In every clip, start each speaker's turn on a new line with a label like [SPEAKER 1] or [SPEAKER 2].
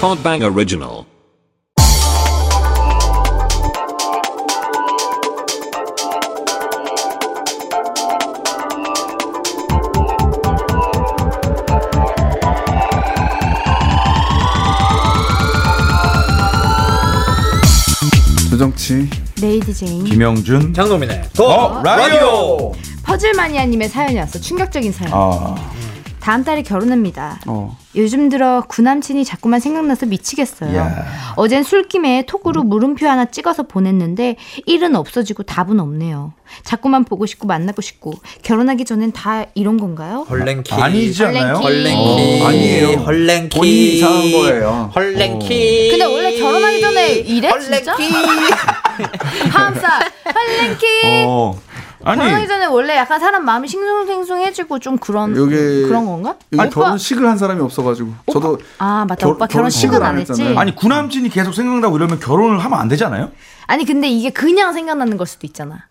[SPEAKER 1] Podbang Original.
[SPEAKER 2] 조정치
[SPEAKER 3] 레이디 제인
[SPEAKER 4] 김영준
[SPEAKER 5] 장동민의
[SPEAKER 4] 어 라디오
[SPEAKER 3] 퍼즐마니아님의 사연이 왔어 충격적인 사연
[SPEAKER 4] 아
[SPEAKER 3] 다음 달에 결혼합니다
[SPEAKER 2] 어.
[SPEAKER 3] 요즘 들어 구남친이 자꾸만 생각나서 미치겠어요
[SPEAKER 2] 예.
[SPEAKER 4] 야.
[SPEAKER 3] 어젠 술김에 톡으로 물음표 하나 찍어서 보냈는데 일은 없어지고 답은 없네요 자꾸만 보고 싶고 만나고 싶고 결혼하기 전엔 다 이런 건가요?
[SPEAKER 5] 헐랭키
[SPEAKER 4] 아니지 않나요?
[SPEAKER 3] 헐랭키.
[SPEAKER 5] 헐랭키
[SPEAKER 4] 어, 아니에요.
[SPEAKER 5] 헐랭키
[SPEAKER 4] 본인이 이상한 거예요.
[SPEAKER 5] 헐랭키
[SPEAKER 3] 근데 원래 결혼하기 전에 이래, 진짜?
[SPEAKER 2] 아,
[SPEAKER 3] 파암살 헐랭키
[SPEAKER 4] 어
[SPEAKER 3] 결혼하기
[SPEAKER 4] 아니
[SPEAKER 3] 전에 원래 약간 사람 마음이 싱숭생숭해지고 좀 그런
[SPEAKER 2] 요게-
[SPEAKER 3] 그런 건가?
[SPEAKER 2] 여기
[SPEAKER 3] 오빠-
[SPEAKER 2] 결혼식을 한 사람이 없어가지고 저도
[SPEAKER 3] 아 맞다
[SPEAKER 2] 결-
[SPEAKER 3] 오빠 결혼식은
[SPEAKER 2] 결혼식을
[SPEAKER 3] 안
[SPEAKER 2] 안
[SPEAKER 3] 했지
[SPEAKER 2] 했잖아요.
[SPEAKER 4] 아니 구남친이 계속 생각나고 이러면 결혼을 하면 안 되잖아요.
[SPEAKER 3] 아니 근데 이게 그냥 생각나는 걸 수도 있잖아.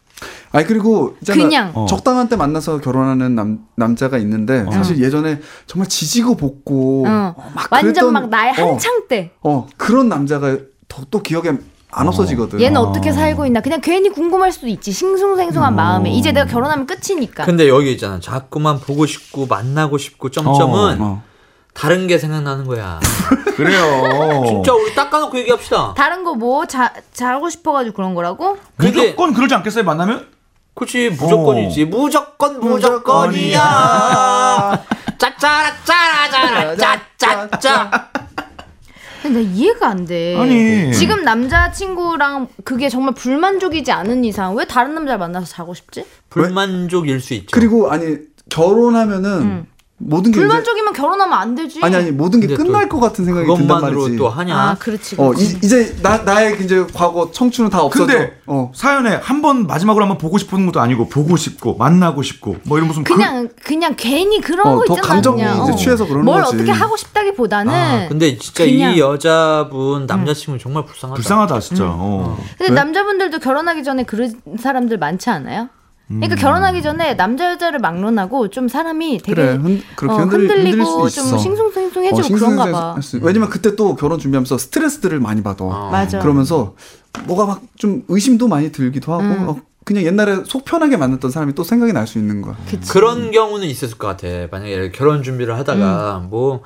[SPEAKER 2] 아니 그리고 있잖아
[SPEAKER 3] 그냥.
[SPEAKER 2] 어. 적당한 때 만나서 결혼하는 남 남자가 있는데
[SPEAKER 5] 어.
[SPEAKER 2] 사실 예전에 정말 지지고 볶고
[SPEAKER 3] 어.
[SPEAKER 2] 어,
[SPEAKER 3] 완전
[SPEAKER 2] 그랬던-
[SPEAKER 3] 막 나의
[SPEAKER 2] 어,
[SPEAKER 3] 한창 때
[SPEAKER 2] 어 그런 남자가 더, 또 기억에 안 없어지거든.
[SPEAKER 3] 얘는 어떻게 살고 있나 그냥 괜히 궁금할 수도 있지 싱숭생숭한 마음에 이제 내가 결혼하면 끝이니까.
[SPEAKER 5] 근데 여기 있잖아 자꾸만 보고 싶고 만나고 싶고 점점은
[SPEAKER 4] 어,
[SPEAKER 2] 어.
[SPEAKER 5] 다른 게 생각나는 거야
[SPEAKER 4] 그래요.
[SPEAKER 5] 진짜 우리 닦아놓고 얘기합시다
[SPEAKER 3] 다른 거 뭐 잘하고 싶어가지고 그런 거라고?
[SPEAKER 4] 무조건 그러지 않겠어요 만나면?
[SPEAKER 5] 그치 무조건이지 무조건 무조건이야 짜짜라짜라짜라 짜짜짜
[SPEAKER 3] 근데 나 이해가 안 돼.
[SPEAKER 4] 아니.
[SPEAKER 3] 지금 남자친구랑 그게 정말 불만족이지 않은 이상 왜 다른 남자를 만나서 자고 싶지?
[SPEAKER 5] 불만족일 수 있죠
[SPEAKER 2] 그리고 아니 결혼하면은
[SPEAKER 3] 음.
[SPEAKER 2] 모든 게 이제-
[SPEAKER 3] 불만족이면 결혼하면 안 되지.
[SPEAKER 2] 아니 아니 모든 게
[SPEAKER 5] 근데
[SPEAKER 2] 끝날 것 같은 생각이 든단
[SPEAKER 5] 그것만으로
[SPEAKER 2] 말이지.
[SPEAKER 5] 또 하냐
[SPEAKER 3] 아 그렇지.
[SPEAKER 2] 어
[SPEAKER 3] 그렇지.
[SPEAKER 2] 이, 제나 나의 이제 과거 청춘은 다 없어져.
[SPEAKER 4] 근데
[SPEAKER 2] 어.
[SPEAKER 4] 사연에 한 번 마지막으로 한 번 보고 싶은 것도 아니고 보고 싶고 만나고 싶고 뭐 이런 무슨
[SPEAKER 3] 그냥 그, 냥 괜히 그런
[SPEAKER 2] 어,
[SPEAKER 3] 거
[SPEAKER 2] 더
[SPEAKER 3] 있잖아.
[SPEAKER 2] 감정이
[SPEAKER 3] 그냥.
[SPEAKER 2] 이제
[SPEAKER 3] 어.
[SPEAKER 2] 취해서 그러는
[SPEAKER 3] 뭘
[SPEAKER 2] 거지.
[SPEAKER 3] 어떻게 하고 싶다기보다는.
[SPEAKER 5] 아, 근데 진짜
[SPEAKER 3] 그냥.
[SPEAKER 5] 이 여자분 남자친구 정말 불쌍하다.
[SPEAKER 4] 불쌍하다
[SPEAKER 3] 음.
[SPEAKER 4] 진짜. 어.
[SPEAKER 3] 근데 남자분들도 결혼하기 전에 그런 사람들 많지 않아요?
[SPEAKER 2] 음.
[SPEAKER 3] 그러니까 결혼하기 전에 남자 여자를 막론하고 좀 사람이 되게
[SPEAKER 2] 그래, 흔- 그렇게 흔들-
[SPEAKER 3] 리고
[SPEAKER 2] 흔들릴 수
[SPEAKER 3] 좀
[SPEAKER 2] 있어.
[SPEAKER 3] 싱숭생숭해지고
[SPEAKER 2] 어,
[SPEAKER 3] 그런가
[SPEAKER 2] 싱숭생숭
[SPEAKER 3] 봐.
[SPEAKER 2] 할 수- 왜냐면 그때 또 결혼 준비하면서 스트레스들을 많이 받아.
[SPEAKER 5] 어.
[SPEAKER 3] 맞아.
[SPEAKER 2] 그러면서 뭐가 막 좀 의심도 많이 들기도 하고
[SPEAKER 3] 음.
[SPEAKER 2] 어, 그냥 옛날에 속 편하게 만났던 사람이 또 생각이 날 수 있는 거야.
[SPEAKER 5] 그런 경우는 있었을 것 같아. 만약에 예를 들어 결혼 준비를
[SPEAKER 3] 음.
[SPEAKER 5] 하다가 뭐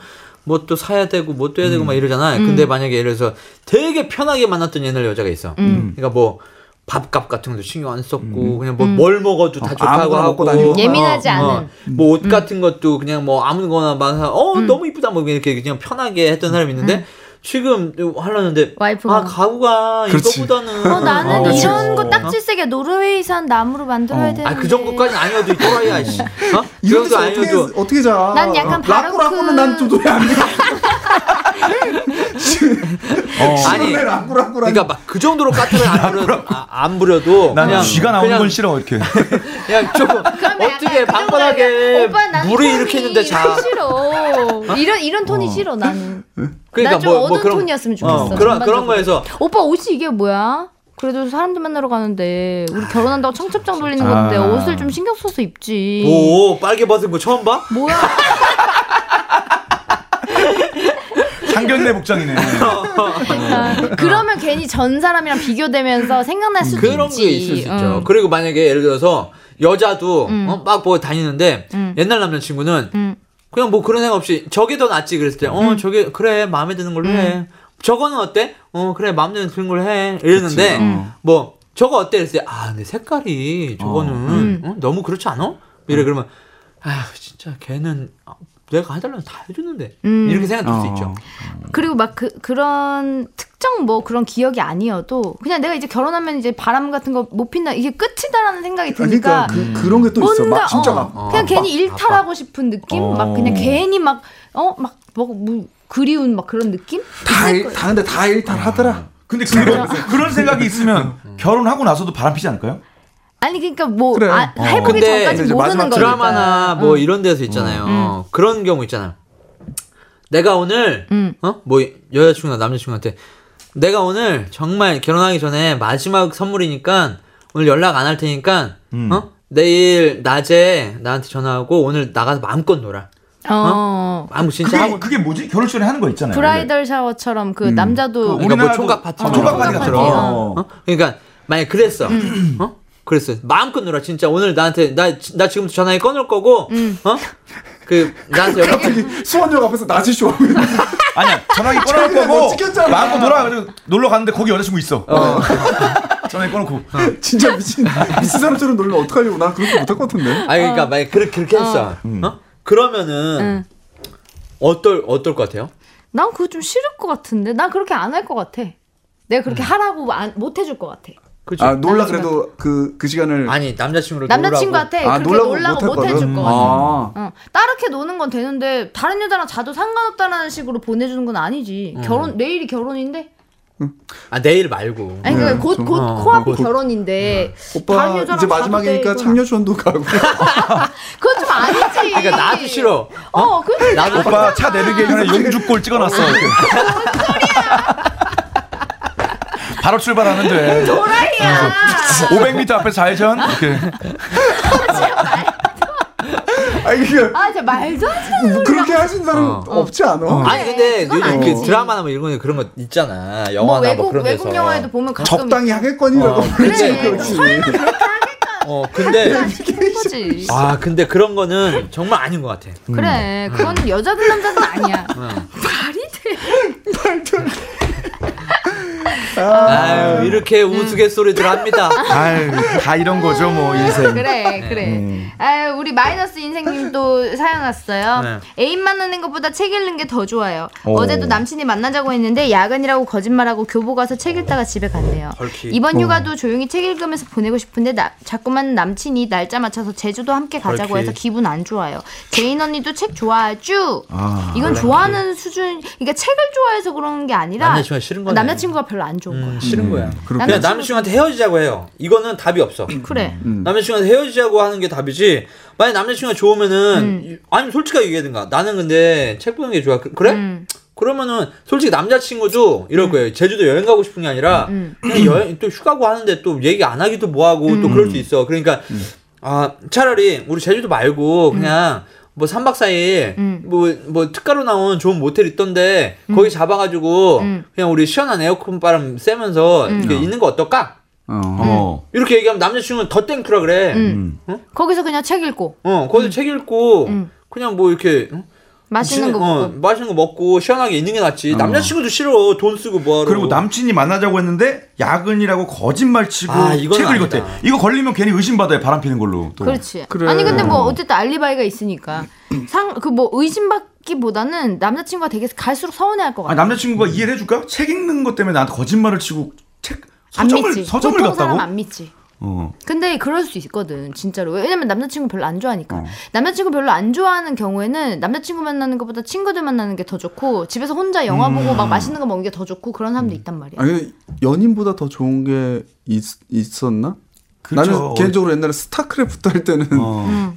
[SPEAKER 5] 뭐 또 사야 되고 뭐 또 해야 되고 막 이러잖아. 근데 만약에 예를 들어서 되게 편하게 만났던 옛날 여자가 있어.
[SPEAKER 2] 음.
[SPEAKER 3] 음.
[SPEAKER 5] 그러니까 뭐 밥값 같은 것도 신경 안 썼고 그냥 뭐 뭘 먹어도 다 좋다고
[SPEAKER 2] 아무거나 먹고
[SPEAKER 5] 하고
[SPEAKER 2] 다니고.
[SPEAKER 3] 음. 예민하지 않은. 음.
[SPEAKER 5] 뭐 옷 같은 것도 그냥 뭐 아무거나 막어 너무 이쁘다 뭐 이렇게 그냥 편하게 했던 사람이 있는데
[SPEAKER 3] 음.
[SPEAKER 5] 지금 하려는데
[SPEAKER 3] 와이프가.
[SPEAKER 5] 아 가구가 아,
[SPEAKER 2] 그렇지.
[SPEAKER 5] 이거보다는
[SPEAKER 3] 어, 나는
[SPEAKER 4] 어.
[SPEAKER 3] 이런 거 딱지세게 노르웨이산 나무로 만들어야 되는데.
[SPEAKER 5] 아 그 정도까지는 아니어도 이 또라이야 씨. 어? 그
[SPEAKER 2] 이런 데서
[SPEAKER 5] 정도
[SPEAKER 2] 어떻게,
[SPEAKER 5] 아니어도
[SPEAKER 2] 어떻게 자?
[SPEAKER 3] 난 약간
[SPEAKER 2] 라꾸 라꾸는
[SPEAKER 3] 바로크-
[SPEAKER 2] 난좀 노래 안 돼.
[SPEAKER 4] 어.
[SPEAKER 2] 아니
[SPEAKER 5] 아니
[SPEAKER 2] 라꾸 라꾸라.
[SPEAKER 5] 그러니까 막 그 정도로 까투를 안 부려 아, 안 부려도
[SPEAKER 4] 난
[SPEAKER 5] 그냥
[SPEAKER 4] 쥐가 나오는
[SPEAKER 5] 그냥,
[SPEAKER 4] 건 싫어 이렇게.
[SPEAKER 5] 그냥 조금 어떻게 방바닥에
[SPEAKER 3] 오빠 나는
[SPEAKER 5] 물을
[SPEAKER 3] 톤이
[SPEAKER 5] 이렇게 했는데 자
[SPEAKER 3] 이런 싫어. 이런 이런 톤이 싫어 나는.
[SPEAKER 5] 그러니까
[SPEAKER 3] 난좀
[SPEAKER 5] 뭐, 뭐
[SPEAKER 3] 어두운
[SPEAKER 5] 그런
[SPEAKER 3] 톤이었으면 좋겠어,
[SPEAKER 5] 어, 그런 그런
[SPEAKER 3] 전반적으로.
[SPEAKER 5] 거에서
[SPEAKER 3] 오빠 옷이 이게 뭐야? 그래도 사람들 만나러 가는데 우리 결혼한다고 청첩장 돌리는
[SPEAKER 4] 아.
[SPEAKER 3] 건데 옷을 좀 신경 써서 입지.
[SPEAKER 5] 오 뭐, 빨개 벗은 거 처음 봐?
[SPEAKER 3] 뭐야?
[SPEAKER 4] 상견례 복장이네.
[SPEAKER 3] 그러니까 그러면 괜히 전 사람이랑 비교되면서 생각날 수도
[SPEAKER 5] 그런
[SPEAKER 3] 있지.
[SPEAKER 5] 게 있을 수 있죠.
[SPEAKER 3] 응.
[SPEAKER 5] 그리고 만약에 예를 들어서 여자도 어, 막 보고 다니는데 옛날 남자친구는
[SPEAKER 3] 음.
[SPEAKER 5] 그냥 뭐 그런 생각 없이 저게 더 낫지 그랬을 때 어 저게 그래 마음에 드는 걸로 해 저거는 어때 어 그래 마음에 드는 걸로 해 이랬는데
[SPEAKER 3] 음.
[SPEAKER 2] 어.
[SPEAKER 5] 뭐 저거 어때 그랬을 때아 근데 색깔이 저거는
[SPEAKER 3] 음.
[SPEAKER 5] 어, 너무 그렇지 않아 이래 그러면 아휴 진짜 걔는 아, 내가 해달라는 거다 해줬는데
[SPEAKER 3] 음.
[SPEAKER 5] 이렇게 생각될 수
[SPEAKER 2] 어.
[SPEAKER 5] 있죠
[SPEAKER 3] 그리고 막 그, 그런 특정 뭐 그런 기억이 아니어도 그냥 내가 이제 결혼하면 이제 바람 같은 거 못 핀다 이게 끝이다라는 생각이 드니까
[SPEAKER 2] 그러니까 그, 그런 게 또 있어. 막 진짜
[SPEAKER 3] 어,
[SPEAKER 2] 막
[SPEAKER 3] 그냥 괜히 일탈하고 싶은 느낌
[SPEAKER 4] 어.
[SPEAKER 3] 막 그냥 괜히 막어막 뭐, 뭐, 그리운 막 그런 느낌
[SPEAKER 2] 다, 일, 다 근데 다 일탈
[SPEAKER 5] 아.
[SPEAKER 2] 하더라.
[SPEAKER 4] 근데 그런, 그런 생각이 있으면 결혼하고 나서도 바람피지 않을까요?
[SPEAKER 3] 아니 그러니까 뭐
[SPEAKER 2] 그래. 어.
[SPEAKER 3] 아, 해보기
[SPEAKER 5] 근데
[SPEAKER 3] 전까지
[SPEAKER 2] 이제
[SPEAKER 3] 모르는
[SPEAKER 2] 마지막
[SPEAKER 3] 거니까 음.
[SPEAKER 5] 드라마나 뭐 이런 데서 있잖아요. 그런 경우 있잖아. 내가 오늘
[SPEAKER 3] 음.
[SPEAKER 5] 어? 뭐 여자친구나 남자친구한테 내가 오늘 정말 결혼하기 전에 마지막 선물이니까 오늘 연락 안 할
[SPEAKER 3] 음.
[SPEAKER 5] 테니까 어? 내일 낮에 나한테 전화하고 오늘 나가서 마음껏 놀아. 어? 마음 진짜
[SPEAKER 4] 그게,
[SPEAKER 5] 하고
[SPEAKER 4] 그게 뭐지? 결혼 전에 하는 거
[SPEAKER 2] 네.
[SPEAKER 4] 있잖아요.
[SPEAKER 3] 브라이덜 샤워처럼 그
[SPEAKER 4] 음.
[SPEAKER 3] 남자도
[SPEAKER 5] 우리- 그러니까 뭐
[SPEAKER 4] 우리나라도-
[SPEAKER 5] 총각 파티처럼.
[SPEAKER 4] 어, 총각 파티
[SPEAKER 3] 총각
[SPEAKER 4] 같은
[SPEAKER 3] 파티.
[SPEAKER 4] 거.
[SPEAKER 5] 어? 그러니까 만약 그랬어.
[SPEAKER 3] 음.
[SPEAKER 5] 어? 그랬어. 마음껏 놀아. 진짜 오늘 나한테 나 나 지금 전화해 꺼놓을 거고.
[SPEAKER 3] 음.
[SPEAKER 5] 어? 그 나한테 연락
[SPEAKER 2] 수원역 앞에서 낮이 쇼.
[SPEAKER 4] 아니야 전화기 꺼놓을
[SPEAKER 2] 자기가 뭐
[SPEAKER 4] 거고
[SPEAKER 2] 찍혔잖아.
[SPEAKER 4] 마음껏 놀아 그리고 놀러 갔는데 거기 여자친구 있어 전화기 꺼놓고
[SPEAKER 2] 진짜 미친 미친 사람처럼 놀면 어떡하려고 나 그렇게 못할 것 같은데.
[SPEAKER 5] 아니 그러니까 만약 그렇게 그렇게 했어.
[SPEAKER 2] 음.
[SPEAKER 5] 어? 그러면은 어떨 어떨 것 같아요?
[SPEAKER 3] 난 그거 좀 싫을 것 같은데 난 그렇게 안 할 것 같아 내가 그렇게
[SPEAKER 2] 음.
[SPEAKER 3] 하라고 안- 못 해줄 것 같아
[SPEAKER 5] 그렇죠. 그죠?
[SPEAKER 2] 아 놀라 그래도 그 그 시간을
[SPEAKER 5] 아니 남자친구로 놀라고.
[SPEAKER 3] 남자친구한테
[SPEAKER 2] 아,
[SPEAKER 3] 네, 그렇게 놀라고 못
[SPEAKER 2] 못할
[SPEAKER 3] 해줄
[SPEAKER 2] 거는?
[SPEAKER 3] 것 같아
[SPEAKER 2] 아.
[SPEAKER 3] 어, 따르게 노는 건 되는데 다른 여자랑 자도 상관없다는 식으로 보내주는 건 아니지
[SPEAKER 5] 음.
[SPEAKER 3] 결혼 내일이 결혼인데
[SPEAKER 5] 아 내일 말고.
[SPEAKER 3] 아니 그러니까
[SPEAKER 2] 네,
[SPEAKER 3] 그곧곧
[SPEAKER 2] 좀-
[SPEAKER 5] 어,
[SPEAKER 3] 코앞이
[SPEAKER 5] 곧-
[SPEAKER 3] 결혼인데 다른
[SPEAKER 2] 네. 오빠
[SPEAKER 3] 여자랑
[SPEAKER 2] 이제
[SPEAKER 3] 자도 돼,
[SPEAKER 2] 마지막이니까
[SPEAKER 3] 이거는.
[SPEAKER 2] 참여전도 가고
[SPEAKER 3] 그건 좀 아니지
[SPEAKER 5] 그러니까 나도 싫어.
[SPEAKER 3] 어, 그
[SPEAKER 5] 나도
[SPEAKER 4] 오빠 차 내비게이션에 용주골 찍어놨어 이렇게. 바로 출발하는데
[SPEAKER 3] 도라이야
[SPEAKER 4] 500m 앞에 좌회전 이렇게
[SPEAKER 2] 아니 그게
[SPEAKER 3] 아 진짜 말도 안 되는
[SPEAKER 2] 뭐 그렇게 하신 사람
[SPEAKER 5] 어.
[SPEAKER 2] 없지 않아?
[SPEAKER 5] 아니 근데
[SPEAKER 3] 그건
[SPEAKER 5] 요즘 그
[SPEAKER 2] 아니지.
[SPEAKER 5] 드라마나 뭐 이런 거 그런 거 있잖아.
[SPEAKER 3] 뭐
[SPEAKER 5] 영화나 뭐,
[SPEAKER 3] 외국
[SPEAKER 5] 그런 데서.
[SPEAKER 3] 외국 영화에도 보면 가끔
[SPEAKER 2] 적당히 하겠거니라고
[SPEAKER 5] 어,
[SPEAKER 3] 그래.
[SPEAKER 2] 그렇지.
[SPEAKER 5] 어 근데
[SPEAKER 3] 하는 거지.
[SPEAKER 5] 아 근데 그런 거는 정말 아닌 것 같아.
[SPEAKER 2] 음.
[SPEAKER 3] 그래 그건 여자든 남자든 아니야
[SPEAKER 5] 아유 이렇게 우스갯소리들 합니다.
[SPEAKER 4] 아유 다 이런 거죠 뭐 인생
[SPEAKER 3] 그래
[SPEAKER 2] 음.
[SPEAKER 3] 그래 아유 우리 마이너스 인생님도 사연 왔어요
[SPEAKER 5] 네.
[SPEAKER 3] 애인 만나는 것보다 책 읽는 게 더 좋아요
[SPEAKER 4] 오.
[SPEAKER 3] 어제도 남친이 만나자고 했는데 야근이라고 거짓말하고 교보 가서 책 읽다가 집에 갔네요
[SPEAKER 5] 헐키.
[SPEAKER 3] 이번 휴가도 조용히 책 읽으면서 보내고 싶은데 나- 자꾸만 남친이 날짜 맞춰서 제주도 함께 가자고
[SPEAKER 5] 헐키.
[SPEAKER 3] 해서 기분 안 좋아요 제인 언니도 책 좋아하죠 이건 좋아하는 수준 그러니까 책을 좋아해서 그런 게 아니라
[SPEAKER 5] 남자친구가 싫은 거네.
[SPEAKER 3] 남자친구가 별로 안 좋은 거야
[SPEAKER 5] 음, 싫은 거야.
[SPEAKER 2] 그렇구나.
[SPEAKER 5] 그냥 남자친구한테 헤어지자고 해요. 이거는 답이 없어.
[SPEAKER 3] 그래
[SPEAKER 5] 남자친구한테 헤어지자고 하는 게 답이지. 만약 남자친구가 좋으면은 아니면 솔직하게 얘기하든가. 나는 근데 책 보는 게 좋아. 그- 그래? 그러면은 솔직히 남자친구도 이럴 거예요. 제주도 여행 가고 싶은 게 아니라 그냥 여행 또 휴가고 하는데 또 얘기 안 하기도 뭐하고 또 그럴 수 있어. 그러니까 아 차라리 우리 제주도 말고 그냥 뭐 3박 4일 뭐 뭐 특가로 나온 좋은 모텔 있던데 거기 잡아 가지고 그냥 우리 시원한 에어컨 바람 쐬면서 이렇게 있는 거 어떨까?
[SPEAKER 4] 어.
[SPEAKER 5] 이렇게 얘기하면 남자친구는 더 땡큐라 그래.
[SPEAKER 3] 거기서 그냥 책 읽고
[SPEAKER 5] 어, 거기서 책 읽고 그냥 뭐 이렇게 응?
[SPEAKER 3] 음. 맛있는
[SPEAKER 5] 지-
[SPEAKER 3] 거
[SPEAKER 5] 어,
[SPEAKER 3] 먹고
[SPEAKER 5] 맛있는 거 먹고 시원하게 있는 게 낫지. 남자친구도 싫어. 돈 쓰고 뭐하러.
[SPEAKER 4] 어. 그리고 남친이 만나자고 했는데 야근이라고 거짓말 치고
[SPEAKER 5] 아, 이건
[SPEAKER 4] 책을
[SPEAKER 5] 아니다.
[SPEAKER 4] 읽었대 이거 걸리면 괜히 의심받아요 바람 피는 걸로 또.
[SPEAKER 3] 그렇지.
[SPEAKER 2] 그래.
[SPEAKER 3] 아니 근데 뭐 어쨌든 알리바이가 있으니까 상 그 뭐 의심받기보다는 남자친구가 되게 갈수록 서운해할 것
[SPEAKER 4] 아,
[SPEAKER 3] 같아.
[SPEAKER 4] 남자친구가 이해를 해줄까? 책 읽는 것 때문에 나한테 거짓말을 치고 책
[SPEAKER 3] 안
[SPEAKER 4] 서점을
[SPEAKER 3] 믿지.
[SPEAKER 4] 서점을
[SPEAKER 3] 보통
[SPEAKER 4] 갔다고?
[SPEAKER 3] 사람 안 믿지.
[SPEAKER 4] 어.
[SPEAKER 3] 근데 그럴 수 있거든 진짜로 왜- 왜냐면 남자친구 별로 안 좋아하니까
[SPEAKER 2] 어.
[SPEAKER 3] 남자친구 별로 안 좋아하는 경우에는 남자친구 만나는 것보다 친구들 만나는 게 더 좋고 집에서 혼자 영화 보고 막 맛있는 거 먹는 게 더 좋고 그런 사람도 있단 말이야
[SPEAKER 2] 음. 아니 근데 연인보다 더 좋은 게 있, 있었나?
[SPEAKER 4] 그쵸.
[SPEAKER 2] 나는 개인적으로 옛날에 스타크래프트 할 때는
[SPEAKER 4] 그렇죠. 어.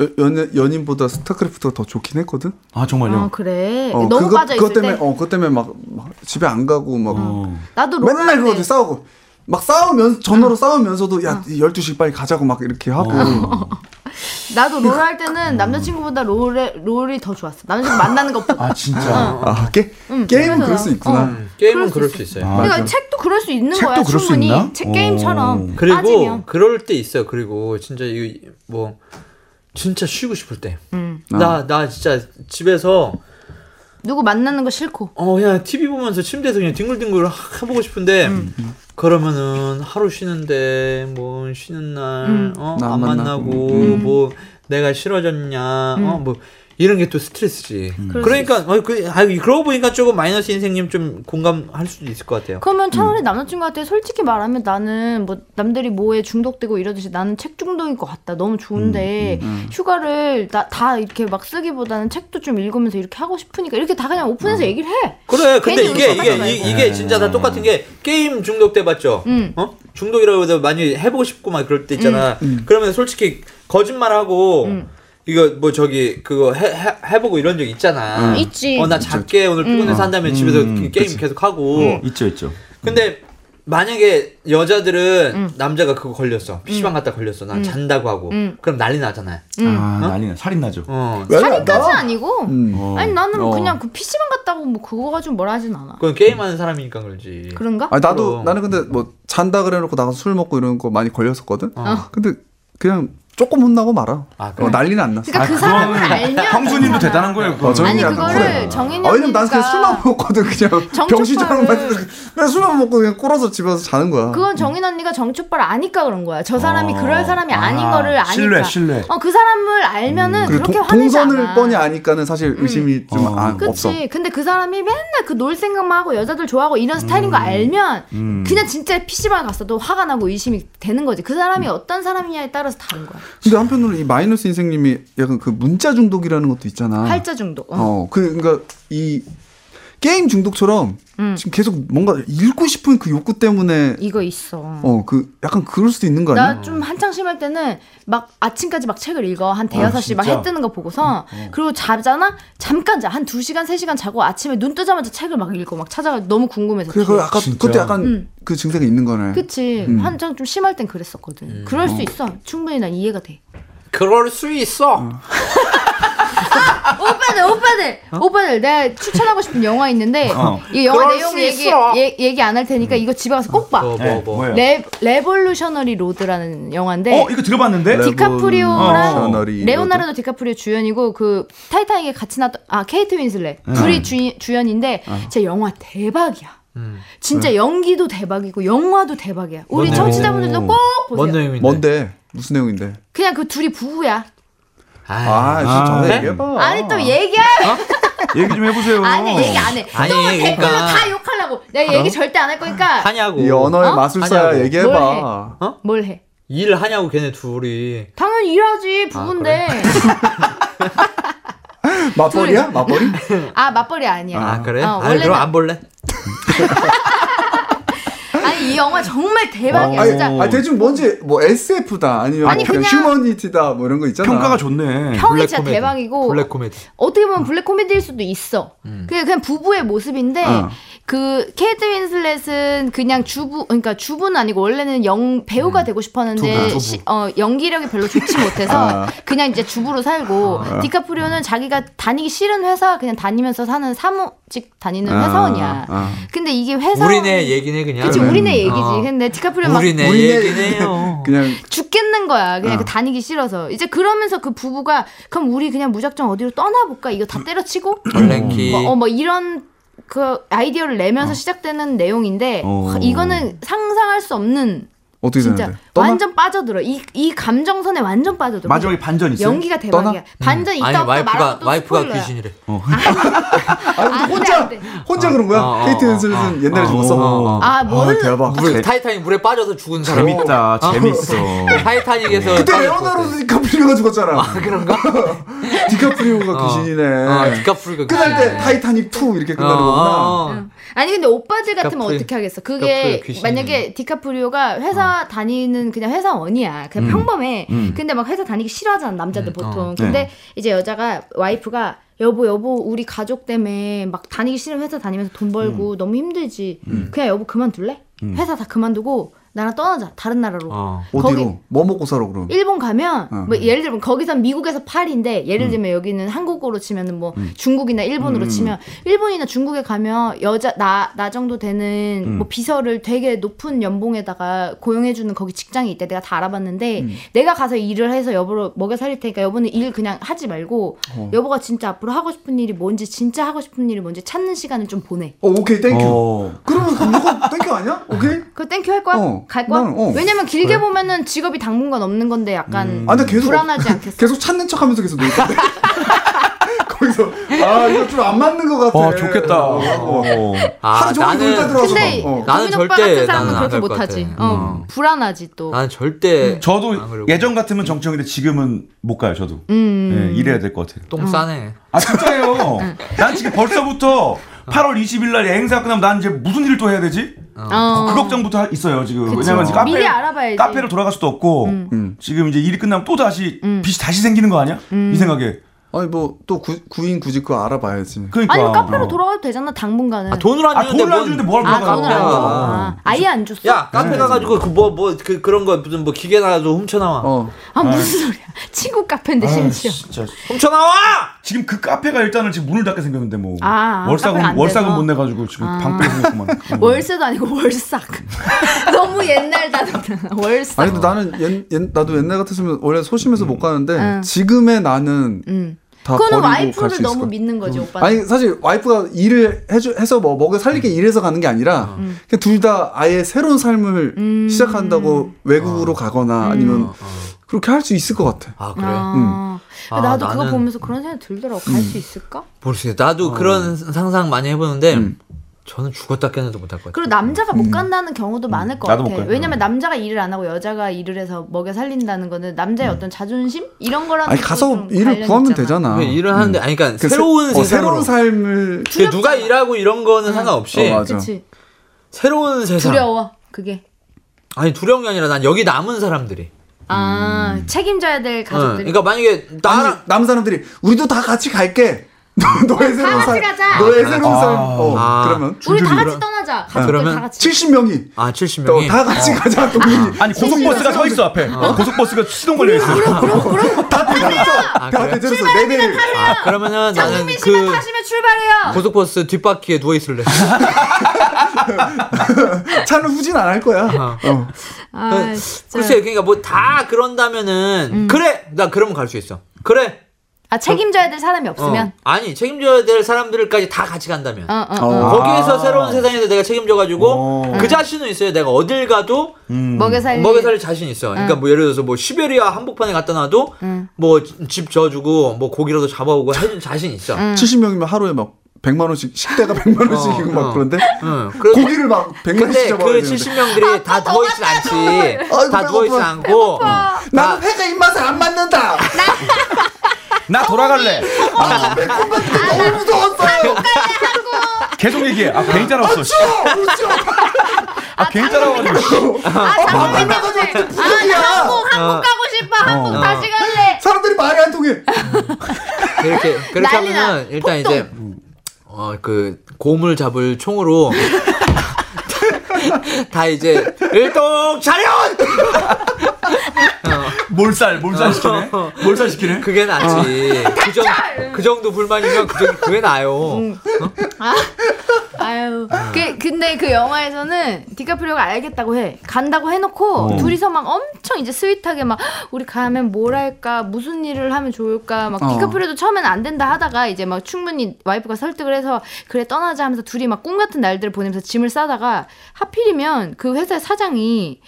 [SPEAKER 2] 여, 연, 연인보다 스타크래프트가 더 좋긴 했거든.
[SPEAKER 4] 아 정말요?
[SPEAKER 3] 어 그래
[SPEAKER 2] 어,
[SPEAKER 3] 너무
[SPEAKER 2] 그거-
[SPEAKER 3] 빠져
[SPEAKER 2] 그것
[SPEAKER 3] 있을
[SPEAKER 2] 때문에
[SPEAKER 3] 때
[SPEAKER 2] 어, 그것 때문에 막, 막 집에 안 가고 막
[SPEAKER 5] 어.
[SPEAKER 4] 어.
[SPEAKER 3] 나도
[SPEAKER 2] 맨날
[SPEAKER 3] 로망인데.
[SPEAKER 2] 그거들 싸우고 막 싸우면
[SPEAKER 3] 어.
[SPEAKER 2] 전화로 싸우면서도 야 12시 빨리 가자고 막 이렇게 하고
[SPEAKER 5] 어.
[SPEAKER 3] 나도 롤 할
[SPEAKER 2] 음.
[SPEAKER 3] 때는 남자친구보다 롤에, 롤이 더 좋았어 남자친구 만나는 것보다
[SPEAKER 4] 아 진짜.
[SPEAKER 3] 어.
[SPEAKER 2] 아 게, 게임은 그럴 수 있구나.
[SPEAKER 5] 음. 게임은 그럴 수 있어요.
[SPEAKER 4] 아,
[SPEAKER 3] 그러니까
[SPEAKER 4] 그럼-
[SPEAKER 3] 책도 그럴 수 있는
[SPEAKER 4] 책도
[SPEAKER 3] 거야
[SPEAKER 4] 그럴 수
[SPEAKER 3] 충분히
[SPEAKER 4] 있나?
[SPEAKER 3] 책
[SPEAKER 4] 어.
[SPEAKER 3] 게임처럼
[SPEAKER 5] 그리고
[SPEAKER 3] 빠지면
[SPEAKER 5] 그럴 때 있어요. 그리고 진짜 이 뭐 진짜 쉬고 싶을 때.
[SPEAKER 3] 음.
[SPEAKER 4] 어.
[SPEAKER 5] 나 나 진짜 집에서
[SPEAKER 3] 누구 만나는 거 싫고
[SPEAKER 5] 어 그냥 TV 보면서 침대에서 그냥 뒹굴뒹굴 하- 해보고 싶은데 그러면은 하루 쉬는데 뭐 쉬는 날어안
[SPEAKER 2] 나안 만나고. 음.
[SPEAKER 5] 만나고 뭐 내가 싫어졌냐 어 뭐 이런 게 또 스트레스지. 그러니까 어, 그, 아, 그러고 보니까 조금 마이너스 인생님 좀 공감할 수도 있을 것 같아요.
[SPEAKER 3] 그러면 차라리 남자친구한테 솔직히 말하면 나는 뭐 남들이 뭐에 중독되고 이러듯이 나는 책 중독인 것 같다. 너무 좋은데 휴가를 나, 다 이렇게 막 쓰기보다는 책도 좀 읽으면서 이렇게 하고 싶으니까 이렇게 다 그냥 오픈해서 얘기를 해.
[SPEAKER 5] 그래 근데
[SPEAKER 3] 괜히
[SPEAKER 5] 이게
[SPEAKER 3] 의심
[SPEAKER 5] 이게
[SPEAKER 3] 하지
[SPEAKER 5] 이- 이게 진짜 다 똑같은 게 게임 중독돼 봤죠 어 중독이라고 해서 많이 해보고 싶고 막 그럴 때 있잖아 그러면 솔직히 거짓말하고 이거 뭐 저기 그거 해, 해, 보고 이런 적 있잖아
[SPEAKER 3] 음.
[SPEAKER 5] 어,
[SPEAKER 3] 있지.
[SPEAKER 4] 음.
[SPEAKER 5] 어나 작게 오늘 피곤해서 한다면 집에서 게임 계속 하고
[SPEAKER 4] 있죠 있죠.
[SPEAKER 5] 근데 만약에 여자들은 남자가 그거 걸렸어 PC방 갔다 걸렸어 난 잔다고 하고 그럼 난리 나잖아요
[SPEAKER 3] 음.
[SPEAKER 4] 아, 난리나 살인 나죠.
[SPEAKER 5] 어
[SPEAKER 2] 왜
[SPEAKER 3] 살인까지는
[SPEAKER 2] 나?
[SPEAKER 3] 아니고.
[SPEAKER 2] 음.
[SPEAKER 3] 아니 나는
[SPEAKER 2] 어.
[SPEAKER 3] 그냥 그 PC방 갔다고 뭐 그거 가지고 뭐라 하진 않아.
[SPEAKER 5] 그건 게임하는 사람이니까 그러지
[SPEAKER 3] 그런가?
[SPEAKER 2] 아니, 나도
[SPEAKER 5] 그럼.
[SPEAKER 2] 나는 근데 뭐 잔다 그래놓고 나가서 술 먹고 이런 거 많이 걸렸었거든.
[SPEAKER 5] 어.
[SPEAKER 2] 근데 그냥 조금 혼나고 말아.
[SPEAKER 5] 아, 그래?
[SPEAKER 2] 어, 난리는 안 났어.
[SPEAKER 3] 그러니까 그 사람을 알면
[SPEAKER 4] 형수님도
[SPEAKER 3] 괜찮아.
[SPEAKER 4] 대단한 거예요. 그거.
[SPEAKER 2] 어, 저는
[SPEAKER 3] 아니
[SPEAKER 2] 약간
[SPEAKER 3] 그거를
[SPEAKER 2] 그래.
[SPEAKER 3] 정인이
[SPEAKER 2] 아, 왜냐면 난 그냥
[SPEAKER 3] 형이니까
[SPEAKER 2] 술만 먹거든 그냥
[SPEAKER 3] 정초파를-
[SPEAKER 2] 병신처럼 마시는 그냥 술만 먹고 그냥 꼴아서 집에 와서 자는 거야.
[SPEAKER 3] 그건 정인 언니가 정초빨 아니까 그런 거야. 저 사람이
[SPEAKER 4] 어.
[SPEAKER 3] 그럴 사람이
[SPEAKER 4] 아,
[SPEAKER 3] 아닌 거를 아니까.
[SPEAKER 4] 신뢰, 신뢰.
[SPEAKER 3] 어, 그 사람을 알면은
[SPEAKER 2] 음, 그리고
[SPEAKER 3] 네, 그렇게
[SPEAKER 2] 동-
[SPEAKER 3] 화내지
[SPEAKER 2] 동선을
[SPEAKER 3] 않아.
[SPEAKER 2] 뻔히 아니까는 사실 의심이 좀
[SPEAKER 4] 어.
[SPEAKER 2] 안, 없어. 음,
[SPEAKER 3] 그치. 근데 그 사람이 맨날 그 놀 생각만 하고 여자들 좋아하고 이런 스타일인 거 알면
[SPEAKER 4] 음.
[SPEAKER 3] 그냥 진짜 PC방 갔어도 화가 나고 의심이 되는 거지. 그 사람이
[SPEAKER 2] 음.
[SPEAKER 3] 어떤 사람이냐에 따라서 다른 거야.
[SPEAKER 2] 근데 한편으로 이 마이너스 인생님이 약간 그 문자 중독이라는 것도 있잖아.
[SPEAKER 3] 팔자 중독. 어.
[SPEAKER 2] 어, 그, 그니까, 이, 게임 중독처럼
[SPEAKER 3] 음.
[SPEAKER 2] 지금 계속 뭔가 읽고 싶은 그 욕구 때문에,
[SPEAKER 3] 이거 있어.
[SPEAKER 2] 어, 그, 약간 그럴 수도 있는 거
[SPEAKER 3] 음. 나
[SPEAKER 2] 아니야?
[SPEAKER 3] 좀 한창 심할 때는 막 아침까지 막 책을 읽어 한 대여섯 시 막
[SPEAKER 4] 진짜?
[SPEAKER 3] 해 뜨는 거 보고서
[SPEAKER 2] 음, 어.
[SPEAKER 3] 그리고 자잖아 잠깐 자 한 두 시간 세 시간 자고 아침에 눈 뜨자마자 책을 막 읽고 막 찾아가 너무 궁금해서
[SPEAKER 2] 그래, 그, 아까,
[SPEAKER 4] 진짜?
[SPEAKER 2] 그것도 약간
[SPEAKER 3] 음.
[SPEAKER 2] 그 증세가 있는 거네.
[SPEAKER 3] 그치
[SPEAKER 2] 음.
[SPEAKER 3] 한창 좀 심할 땐 그랬었거든 그럴 수 있어 충분히 난 이해가 돼
[SPEAKER 5] 그럴 수 있어
[SPEAKER 3] 아, 오빠들 오빠들 어? 오빠들 내가 추천하고 싶은 영화 있는데
[SPEAKER 4] 어.
[SPEAKER 3] 이 영화
[SPEAKER 5] 그럴
[SPEAKER 3] 내용
[SPEAKER 5] 수
[SPEAKER 3] 얘기
[SPEAKER 5] 있어.
[SPEAKER 3] 얘- 얘기 안 할 테니까
[SPEAKER 2] 음.
[SPEAKER 3] 이거 집에 가서 꼭 봐.
[SPEAKER 5] 뭐,
[SPEAKER 4] 네,
[SPEAKER 5] 뭐, 뭐.
[SPEAKER 4] 뭐예요?
[SPEAKER 3] 레 레볼루셔너리 로드라는 영화인데
[SPEAKER 4] 어, 이거 들어봤는데?
[SPEAKER 3] 네.
[SPEAKER 2] 레-
[SPEAKER 3] 디카프리오랑
[SPEAKER 2] 레볼루셔너리
[SPEAKER 3] 레오나르도 디카프리오 주연이고 그 타이타닉에 같이 나왔던 아 케이트 윈슬렛
[SPEAKER 2] 음.
[SPEAKER 3] 둘이 주, 주연인데
[SPEAKER 2] 어.
[SPEAKER 3] 진짜 영화 대박이야. 진짜
[SPEAKER 2] 음.
[SPEAKER 3] 연기도 대박이고 영화도 대박이야. 우리
[SPEAKER 5] 뭔데?
[SPEAKER 3] 청취자분들도 꼭 보세요.
[SPEAKER 5] 뭔 내용인데
[SPEAKER 2] 뭔데? 무슨 내용인데?
[SPEAKER 3] 그냥 그 둘이 부부야.
[SPEAKER 2] 아,
[SPEAKER 5] 아,
[SPEAKER 2] 진짜
[SPEAKER 4] 아.
[SPEAKER 2] 전에 얘기해봐.
[SPEAKER 3] 아니 또 얘기할
[SPEAKER 4] 얘기 좀 해보세요.
[SPEAKER 3] 안 해, 얘기 안 해.
[SPEAKER 5] 어. 아니, 어?
[SPEAKER 3] 또
[SPEAKER 5] 그러니까.
[SPEAKER 3] 댓글로 다 욕하려고. 내가 얘기 절대 안 할 거니까
[SPEAKER 5] 하냐고
[SPEAKER 2] 아, 이 언어의
[SPEAKER 3] 어?
[SPEAKER 2] 마술사야,
[SPEAKER 5] 아니야,
[SPEAKER 2] 얘기해봐.
[SPEAKER 3] 뭘 해?
[SPEAKER 5] 일을 하냐고 걔네 둘이
[SPEAKER 3] 당연히 일하지 부부인데. 아,
[SPEAKER 2] 맞벌이야? 맞벌이?
[SPEAKER 3] 맞벌이 아니야.
[SPEAKER 5] 아 그래?
[SPEAKER 3] 어,
[SPEAKER 5] 아니
[SPEAKER 3] 원래는-
[SPEAKER 5] 그럼 안 볼래?
[SPEAKER 3] 아니 이 영화 정말 대박이야
[SPEAKER 5] 어,
[SPEAKER 2] 아니,
[SPEAKER 3] 진짜.
[SPEAKER 2] 아니, 대충 뭔지, 뭐, SF다, 아니면
[SPEAKER 3] 아니,
[SPEAKER 2] 뭐 그냥
[SPEAKER 3] 그냥-
[SPEAKER 2] 휴머니티다, 뭐 이런 거 있잖아.
[SPEAKER 4] 평가가 좋네.
[SPEAKER 3] 평이
[SPEAKER 5] 블랙
[SPEAKER 3] 진짜
[SPEAKER 5] 코미디.
[SPEAKER 3] 대박이고
[SPEAKER 5] 블랙 코미디
[SPEAKER 3] 어떻게
[SPEAKER 5] 음.
[SPEAKER 3] 보면 블랙 코미디일 수도 있어. 그냥, 그냥 부부의 모습인데
[SPEAKER 2] 어.
[SPEAKER 3] 그 케이트 윈슬렛은 그냥 주부 그러니까 주부는 아니고 원래는 영 배우가
[SPEAKER 5] 음.
[SPEAKER 3] 되고 싶었는데
[SPEAKER 4] 조부,
[SPEAKER 3] 시- 어, 연기력이 별로 좋지 못해서
[SPEAKER 2] 아.
[SPEAKER 3] 그냥 이제 주부로 살고
[SPEAKER 5] 어.
[SPEAKER 3] 어. 디카프리오는 자기가 다니기 싫은 회사 그냥 다니면서 사는 사무직 다니는
[SPEAKER 2] 아,
[SPEAKER 3] 회사원이야.
[SPEAKER 2] 아.
[SPEAKER 3] 근데 이게 회사
[SPEAKER 5] 우리네 얘기네 그냥
[SPEAKER 3] 그치 우리네 얘기지.
[SPEAKER 5] 어.
[SPEAKER 3] 근데 디카프리오 막
[SPEAKER 5] 우리네
[SPEAKER 2] 우리네
[SPEAKER 5] 얘기네요
[SPEAKER 2] 그냥,
[SPEAKER 3] 죽겠는 거야. 그냥 그 다니기 싫어서. 이제 그러면서 그 부부가 그럼 우리 그냥 무작정 어디로 떠나볼까? 이거
[SPEAKER 5] 음.
[SPEAKER 3] 다 때려치고
[SPEAKER 5] 블랙키
[SPEAKER 3] 뭐, 어, 뭐 이런 그 아이디어를 내면서 시작되는 내용인데
[SPEAKER 4] 어.
[SPEAKER 3] 와, 이거는 상상할 수 없는
[SPEAKER 2] 어떻게
[SPEAKER 3] 진짜
[SPEAKER 2] 되는데? 떠나?
[SPEAKER 3] 완전 빠져들어. 이 이 감정선에 완전 빠져들어.
[SPEAKER 4] 마지막에 반전 있어요?
[SPEAKER 3] 연기가 대박이야. 반전
[SPEAKER 5] 음. 아니
[SPEAKER 3] 있다 없다 말하고
[SPEAKER 5] 와이프가
[SPEAKER 3] 또
[SPEAKER 5] 와이프가
[SPEAKER 3] 스포일러야.
[SPEAKER 5] 귀신이래
[SPEAKER 2] 어, 아,
[SPEAKER 3] 안
[SPEAKER 2] 근데
[SPEAKER 3] 돼,
[SPEAKER 2] 혼자
[SPEAKER 3] 안 돼.
[SPEAKER 2] 혼자 그런 거야?
[SPEAKER 5] 어, 어,
[SPEAKER 2] 케이트
[SPEAKER 5] 어,
[SPEAKER 2] 윈슬렛은 옛날에
[SPEAKER 4] 어.
[SPEAKER 2] 죽었어.
[SPEAKER 4] 아,
[SPEAKER 3] 아, 뭘
[SPEAKER 2] 대박.
[SPEAKER 5] 물, 타이타닉 물에 빠져서 죽은 사람
[SPEAKER 4] 재밌다, 재밌어.
[SPEAKER 5] 타이타닉에서
[SPEAKER 2] 그때
[SPEAKER 5] 빠져서
[SPEAKER 2] 레오나르도 디카프리오가 죽었잖아. 아 그런가? 디카프리오가
[SPEAKER 5] 어.
[SPEAKER 2] 귀신이네.
[SPEAKER 5] 아, 디카프리오가
[SPEAKER 2] 끝날 때
[SPEAKER 5] 귀신이네.
[SPEAKER 2] 타이타닉 2 이렇게
[SPEAKER 5] 어,
[SPEAKER 2] 끝나는 거구나.
[SPEAKER 5] 어.
[SPEAKER 3] 아니 근데 오빠들 같으면
[SPEAKER 5] 디카프리오.
[SPEAKER 3] 어떻게 하겠어? 그게
[SPEAKER 5] 디카프리오 귀신이네. 어.
[SPEAKER 3] 만약에 디카프리오가 회사 다니는 그냥 회사원이야. 그냥
[SPEAKER 5] 음.
[SPEAKER 3] 평범해. 근데 막 회사 다니기 싫어하잖아 남자들
[SPEAKER 5] 네.
[SPEAKER 3] 보통. 근데 이제 여자가 와이프가 여보 여보 우리 가족 때문에 막 다니기 싫은 회사 다니면서 돈
[SPEAKER 5] 음.
[SPEAKER 3] 벌고 너무 힘들지. 그냥 여보 그만둘래? 회사 다 그만두고 나랑 떠나자 다른 나라로.
[SPEAKER 5] 어.
[SPEAKER 2] 어디로?
[SPEAKER 3] 거기-
[SPEAKER 2] 뭐 먹고 살아 그럼?
[SPEAKER 3] 일본 가면
[SPEAKER 2] 어. 음.
[SPEAKER 3] 뭐 예를 들면 거기서 미국에서 파리인데 예를 들면 여기는 한국으로 치면은 뭐 중국이나 일본으로 치면 일본이나 중국에 가면 여자 나 나 정도 되는
[SPEAKER 2] 음.
[SPEAKER 3] 뭐 비서를 되게 높은 연봉에다가 고용해 주는 거기 직장이 있대 내가 다 알아봤는데
[SPEAKER 2] 음.
[SPEAKER 3] 내가 가서 일을 해서 여보로 먹여 살릴 테니까 여보는 일 그냥 하지 말고
[SPEAKER 2] 어.
[SPEAKER 3] 여보가 진짜 앞으로 하고 싶은 일이 뭔지 진짜 하고 싶은 일이 뭔지 찾는 시간을 좀 보내.
[SPEAKER 2] 어 오케이 땡큐.
[SPEAKER 4] 어.
[SPEAKER 2] 그러면 그거 땡큐 아니야? 오케이.
[SPEAKER 3] 그거 땡큐 할 거야?
[SPEAKER 2] 어,
[SPEAKER 3] 갈 거야?
[SPEAKER 2] 나는, 어.
[SPEAKER 3] 왜냐면 길게 보면은 직업이 당분간 없는 건데 약간
[SPEAKER 2] 아 근데 계속
[SPEAKER 3] 불안하지 않겠어?
[SPEAKER 2] 계속 찾는 척하면서 계속 놀 건데. 거기서 아 이거 좀 안 맞는 것 같아.
[SPEAKER 4] 어, 좋겠다.
[SPEAKER 2] 어, 어.
[SPEAKER 4] 어.
[SPEAKER 2] 하루
[SPEAKER 5] 아
[SPEAKER 2] 종일 놀다
[SPEAKER 5] 나는
[SPEAKER 2] 들어와서.
[SPEAKER 3] 근데
[SPEAKER 2] 막, 어.
[SPEAKER 5] 나는
[SPEAKER 3] 나는 오빠
[SPEAKER 5] 절대
[SPEAKER 3] 같은 사람은
[SPEAKER 5] 나는 안
[SPEAKER 3] 그렇게
[SPEAKER 5] 갈것
[SPEAKER 3] 못하지.
[SPEAKER 5] 같아. 아.
[SPEAKER 3] 어, 불안하지 또.
[SPEAKER 5] 나는 절대 안
[SPEAKER 4] 저도
[SPEAKER 5] 그러고.
[SPEAKER 4] 예전 같으면 정청인데 지금은 못 가요, 저도.
[SPEAKER 3] 음.
[SPEAKER 4] 예, 이래야 될 것 같아요.
[SPEAKER 5] 똥 싸네
[SPEAKER 4] 아, 진짜예요. 난 지금 벌써부터 8월 20일 날 행사 끝나면 난 이제 무슨 일을 또 해야 되지?
[SPEAKER 3] 어.
[SPEAKER 4] 그 걱정부터 하- 있어요, 지금. 왜냐면 지금
[SPEAKER 3] 미리
[SPEAKER 4] 카페,
[SPEAKER 3] 알아봐야지. 음. 음.
[SPEAKER 4] 카페로 돌아갈 수도 없고, 지금 이제 일이 끝나면 또 다시 빚이 다시 생기는 거 아니야? 이 생각에.
[SPEAKER 2] 아니 뭐 또 구인 굳이 그거 알아봐야지.
[SPEAKER 4] 그러니까.
[SPEAKER 3] 아니면 카페로
[SPEAKER 4] 어.
[SPEAKER 3] 돌아가도 되잖아 당분간은.
[SPEAKER 5] 아, 돈을 안
[SPEAKER 4] 아,
[SPEAKER 5] 주는데
[SPEAKER 4] 돈을 안
[SPEAKER 5] 뭔-
[SPEAKER 4] 주는데 뭘
[SPEAKER 3] 아,
[SPEAKER 4] 받아요?
[SPEAKER 3] 돈을 안 줘.
[SPEAKER 5] 아.
[SPEAKER 3] 아, 아예 안 줬어.
[SPEAKER 5] 야 카페 가가지고 그 뭐 뭐 그 그런 거 무슨 뭐 기계 나가지고 훔쳐 나와.
[SPEAKER 2] 어.
[SPEAKER 3] 아 무슨 소리야? 친구
[SPEAKER 4] 아,
[SPEAKER 3] 카페인데 네, 심지어.
[SPEAKER 4] 진짜.
[SPEAKER 5] 훔쳐 나와.
[SPEAKER 4] 지금 그 카페가 일단은 지금 문을 닫게 생겼는데 뭐
[SPEAKER 3] 아, 아, 카페가
[SPEAKER 4] 월사금
[SPEAKER 3] 안
[SPEAKER 4] 월사금
[SPEAKER 3] 돼서? 아.
[SPEAKER 4] 못 내가지고 지금 방패 생겼구만.
[SPEAKER 3] 월세도 아니고 월삭. 너무 옛날 단어다. 월삭.
[SPEAKER 2] 아니 근데 나는 옛, 옛- 나도 옛날 같았으면 원래 소심해서 못 가는데 지금의 나는
[SPEAKER 3] 음.
[SPEAKER 2] 다
[SPEAKER 3] 그거는
[SPEAKER 2] 버리고 갈
[SPEAKER 3] 와이프를
[SPEAKER 2] 수 있을
[SPEAKER 3] 너무
[SPEAKER 2] 것
[SPEAKER 3] 믿는 거지 오빠.
[SPEAKER 2] 아니 사실 와이프가 일을 해주, 해서 뭐 먹여 살리게 일해서 가는 게 아니라 그냥 둘 다 아예 새로운 삶을
[SPEAKER 3] 음.
[SPEAKER 2] 시작한다고
[SPEAKER 5] 어.
[SPEAKER 2] 외국으로 가거나 아니면 그렇게 할 수 있을 것 같아.
[SPEAKER 5] 아 그래.
[SPEAKER 3] 아,
[SPEAKER 5] 음.
[SPEAKER 3] 나도
[SPEAKER 5] 아,
[SPEAKER 3] 그거
[SPEAKER 5] 나는-
[SPEAKER 3] 보면서 그런 생각 이 들더라고. 갈 수 있을까?
[SPEAKER 5] 모르겠어요. 음. 나도 그런 상상 많이 해보는데 저는 죽었다 깨어나도 못할 것 같아요.
[SPEAKER 3] 그리고 남자가 못 간다는 경우도 많을 것
[SPEAKER 4] 나도
[SPEAKER 3] 같아.
[SPEAKER 4] 못 가요.
[SPEAKER 3] 왜냐면 남자가 일을 안 하고 여자가 일을 해서 먹여 살린다는 거는 남자의 어떤 자존심 이런 거랑
[SPEAKER 2] 아니 가서 일을 구하면 되잖아.
[SPEAKER 5] 그러니까 일을 하는데 아니 그러니까
[SPEAKER 2] 그 새-
[SPEAKER 5] 새로운
[SPEAKER 2] 어, 새로운
[SPEAKER 5] 세상으로
[SPEAKER 2] 삶을
[SPEAKER 5] 그게 누가 일하고 이런 거는 상관없이
[SPEAKER 2] 어, 맞아.
[SPEAKER 3] 그렇지.
[SPEAKER 5] 새로운 세상
[SPEAKER 3] 음. 두려워. 그게.
[SPEAKER 5] 아니 두려운 게 아니라 난 여기 남은 사람들이
[SPEAKER 3] 아 책임져야 될
[SPEAKER 5] 응.
[SPEAKER 3] 가족들.
[SPEAKER 5] 그러니까 만약에
[SPEAKER 2] 아니,
[SPEAKER 5] 나랑
[SPEAKER 2] 남 사람들이 우리도 다 같이 갈게. 너, 너의 새로운
[SPEAKER 3] 같이
[SPEAKER 2] 삶,
[SPEAKER 3] 가자.
[SPEAKER 2] 너의 새로운 삶. 어,
[SPEAKER 5] 아.
[SPEAKER 2] 그러면
[SPEAKER 3] 우리 다 같이
[SPEAKER 5] 그런-
[SPEAKER 3] 떠나자. 가족들
[SPEAKER 5] 그러면
[SPEAKER 3] 다 같이.
[SPEAKER 2] 70명이 또
[SPEAKER 5] 아 70명이 어.
[SPEAKER 2] 다 같이 가자 동민이.
[SPEAKER 4] 아니 고속버스가 서 있어 앞에. 고속버스가 시동 걸려 있어.
[SPEAKER 2] 다 대전에서
[SPEAKER 5] 아,
[SPEAKER 2] 다
[SPEAKER 5] 그래요?
[SPEAKER 2] 대전에서 네 대를
[SPEAKER 5] 아, 그러면은 나는
[SPEAKER 3] 장동민 씨만
[SPEAKER 5] 그
[SPEAKER 3] 타시면 출발해요.
[SPEAKER 5] 고속버스 뒷바퀴에 누워 있을래.
[SPEAKER 2] 차는 후진 안 할 거야. 어.
[SPEAKER 3] 아 진짜.
[SPEAKER 5] 글쎄 그러니까 뭐 다 그런다면은
[SPEAKER 3] 음.
[SPEAKER 5] 그래 나 그러면 갈 수 있어. 그래.
[SPEAKER 3] 아 책임져야 될 사람이
[SPEAKER 5] 어.
[SPEAKER 3] 없으면.
[SPEAKER 5] 아니 책임져야 될 사람들까지 다 같이 간다면.
[SPEAKER 3] 어, 어,
[SPEAKER 2] 어.
[SPEAKER 3] 어.
[SPEAKER 5] 거기에서 새로운 세상에서 내가 책임져가지고 그 자신은 있어요. 내가 어딜 가도
[SPEAKER 2] 음.
[SPEAKER 3] 먹여 살리.
[SPEAKER 5] 먹여 살릴 자신 있어. 그러니까 뭐 예를 들어서 뭐 시베리아 한복판에 갔다 놔도 뭐 집 져주고 뭐 고기라도 잡아오고 해준 자신 있어.
[SPEAKER 2] 70명이면 하루에 막 100만 원씩 식대가 100만 원씩이고
[SPEAKER 5] 어, 어.
[SPEAKER 2] 막 그런데
[SPEAKER 5] 응. 그래서
[SPEAKER 2] 고기를 막 100만
[SPEAKER 5] 근데
[SPEAKER 2] 원씩
[SPEAKER 5] 그
[SPEAKER 2] 잡아야 되는데
[SPEAKER 5] 70명들이 다 누워있진 않지.
[SPEAKER 2] 아이고,
[SPEAKER 5] 다 누워있진
[SPEAKER 2] 배고파.
[SPEAKER 5] 않고. 다-
[SPEAKER 2] 나는 회가 입맛에 안 맞는다.
[SPEAKER 4] 나 돌아갈래.
[SPEAKER 2] 아, 매콤한데 너무 무서웠어요.
[SPEAKER 3] 아,
[SPEAKER 4] 계속 얘기해. 아 괜히 따라왔어. 씨.
[SPEAKER 2] 추워, 무서워.
[SPEAKER 4] 아 괜히 따라와가지고.
[SPEAKER 3] 아
[SPEAKER 2] 밥을
[SPEAKER 3] 장동민
[SPEAKER 2] 먹어도
[SPEAKER 3] 덕분에.
[SPEAKER 2] 이렇게
[SPEAKER 3] 아
[SPEAKER 2] 부족이야.
[SPEAKER 3] 한국 한국 가고 싶어. 한국 다시 갈래.
[SPEAKER 2] 사람들이 말이 안 통해.
[SPEAKER 5] 이렇게 그렇게
[SPEAKER 3] 난리 나.
[SPEAKER 5] 하면은 일단 이제 어 그 곰을 잡을 총으로 다 이제 일동 차렷
[SPEAKER 4] 몰살 몰살 시키네.
[SPEAKER 3] 어,
[SPEAKER 4] 몰살 시키네.
[SPEAKER 5] 그게 나지 그, 정, 그 정도 불만이면 그 정도 그게 나요
[SPEAKER 3] 아, 아유. 그, 근데 그 영화에서는 디카프리오가 알겠다고 해. 간다고 해놓고
[SPEAKER 4] 어.
[SPEAKER 3] 둘이서 막 엄청 이제 스윗하게 막 우리 가면 뭘 할까, 무슨 일을 하면 좋을까. 막
[SPEAKER 2] 어.
[SPEAKER 3] 디카프리오도 처음엔 안 된다 하다가 이제 막 충분히 와이프가 설득을 해서 그래 떠나자 하면서 둘이 막 꿈 같은 날들을 보내면서 짐을 싸다가 하필이면 그 회사의 사장이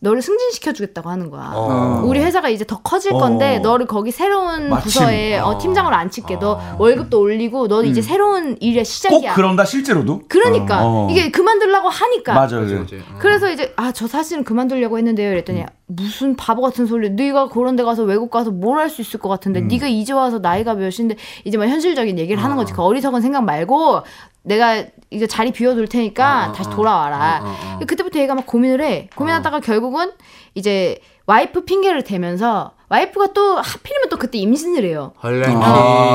[SPEAKER 3] 너를 승진시켜주겠다고 하는 거야.
[SPEAKER 5] 어.
[SPEAKER 3] 우리 회사가 이제 더 커질 건데
[SPEAKER 4] 어.
[SPEAKER 3] 너를 거기 새로운
[SPEAKER 4] 마침. 아.
[SPEAKER 3] 부서에 어, 팀장으로 안 찍게 너 월급도 올리고 너 이제 새로운 일의
[SPEAKER 4] 음. 꼭
[SPEAKER 3] 시작이야.
[SPEAKER 4] 그런다 실제로도.
[SPEAKER 3] 그러니까
[SPEAKER 4] 어.
[SPEAKER 3] 이게 그러니까. 그만둘라고 하니까
[SPEAKER 4] 맞아요.
[SPEAKER 5] 그치,
[SPEAKER 4] 예.
[SPEAKER 5] 그치. 어.
[SPEAKER 3] 그래서 이제 아 저 사실은 그만두려고 했는데요 이랬더니 무슨 바보 같은 소리 네가 그런 데 가서 외국 가서 뭘 할 수 있을 것 같은데 네가 이제 와서 나이가 몇인데 이제 막 현실적인 얘기를 하는 거지 그 어리석은 생각 말고 내가 이거 자리 비워둘 테니까 다시 돌아와라 그때부터 얘가 막 고민을 해 고민하다가 결국은 이제 와이프 핑계를 대면서 와이프가 또 하필이면 또 그때 임신을 해요
[SPEAKER 5] 헐랭이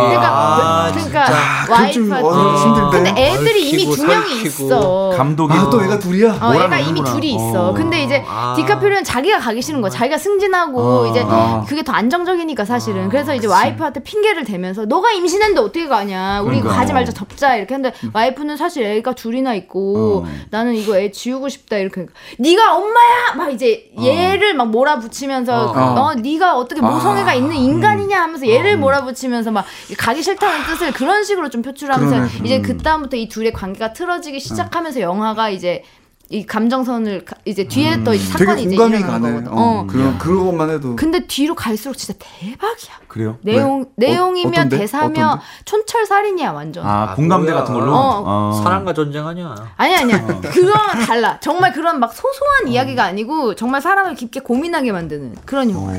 [SPEAKER 3] 그러니까
[SPEAKER 5] 아,
[SPEAKER 3] 그러니까
[SPEAKER 2] 아, 그건 좀
[SPEAKER 3] 와이프가
[SPEAKER 2] 어, 힘들대.
[SPEAKER 3] 근데 애들이 이미
[SPEAKER 5] 얽히고
[SPEAKER 3] 두 명이
[SPEAKER 5] 설키고.
[SPEAKER 3] 있어
[SPEAKER 4] 감독이.
[SPEAKER 2] 아, 또 애가 둘이야.
[SPEAKER 3] 어, 얘가
[SPEAKER 4] 뭐라는
[SPEAKER 3] 이미
[SPEAKER 4] 거구나.
[SPEAKER 3] 둘이 있어.
[SPEAKER 4] 어.
[SPEAKER 3] 근데 이제
[SPEAKER 5] 아.
[SPEAKER 3] 디카프리오는 자기가 가기 싫은 거야. 자기가 승진하고
[SPEAKER 4] 어.
[SPEAKER 3] 이제
[SPEAKER 2] 아.
[SPEAKER 3] 그게 더 안정적이니까 사실은.
[SPEAKER 4] 아,
[SPEAKER 3] 그래서 이제 와이프한테 핑계를 대면서 너가 임신했는데 어떻게 가냐. 우리
[SPEAKER 4] 그러니까. 음.
[SPEAKER 3] 가지 말자 접자 이렇게 했는데 와이프는 사실 애가 둘이나 있고
[SPEAKER 4] 어.
[SPEAKER 3] 나는 이거 애 지우고 싶다 이렇게. 하니까 네가 엄마야 막 이제
[SPEAKER 4] 어.
[SPEAKER 3] 얘를 막 몰아붙이면서
[SPEAKER 5] 어.
[SPEAKER 3] 너 네가 어떻게
[SPEAKER 4] 아.
[SPEAKER 3] 모성애가 있는 인간이냐
[SPEAKER 4] 음.
[SPEAKER 3] 하면서 얘를 몰아붙이면서 막 가기 싫다는 뜻을 그런 식으로 좀 표출하면서
[SPEAKER 2] 그러네. 아.
[SPEAKER 3] 이제 그 다음부터 이 둘의 관계가 틀어지기 시작하면서 영화가 이제 이 감정선을 가- 이제 뒤에 또 이제
[SPEAKER 2] 음. 되게
[SPEAKER 3] 사건이 이제
[SPEAKER 2] 공감이
[SPEAKER 3] 일어나는
[SPEAKER 2] 가네.
[SPEAKER 3] 거거든.
[SPEAKER 2] 어,
[SPEAKER 3] 어.
[SPEAKER 2] 그런 그런 것만 해도
[SPEAKER 3] 근데 뒤로 갈수록 진짜 대박이야.
[SPEAKER 4] 그래요?
[SPEAKER 3] 내용
[SPEAKER 2] 왜? 어,
[SPEAKER 3] 내용이면
[SPEAKER 2] 어떤데?
[SPEAKER 3] 대사면
[SPEAKER 2] 어떤데?
[SPEAKER 3] 촌철살인이야 완전. 아.
[SPEAKER 4] 아 공감대
[SPEAKER 5] 뭐야.
[SPEAKER 4] 같은 걸로.
[SPEAKER 3] 어.
[SPEAKER 4] 아.
[SPEAKER 5] 사랑과 전쟁 아니야
[SPEAKER 3] 니 아니야
[SPEAKER 2] 어.
[SPEAKER 3] 그거랑 달라 정말 그런 막 소소한 이야기가 아니고 정말 사람을 깊게 고민하게 만드는 그런 영화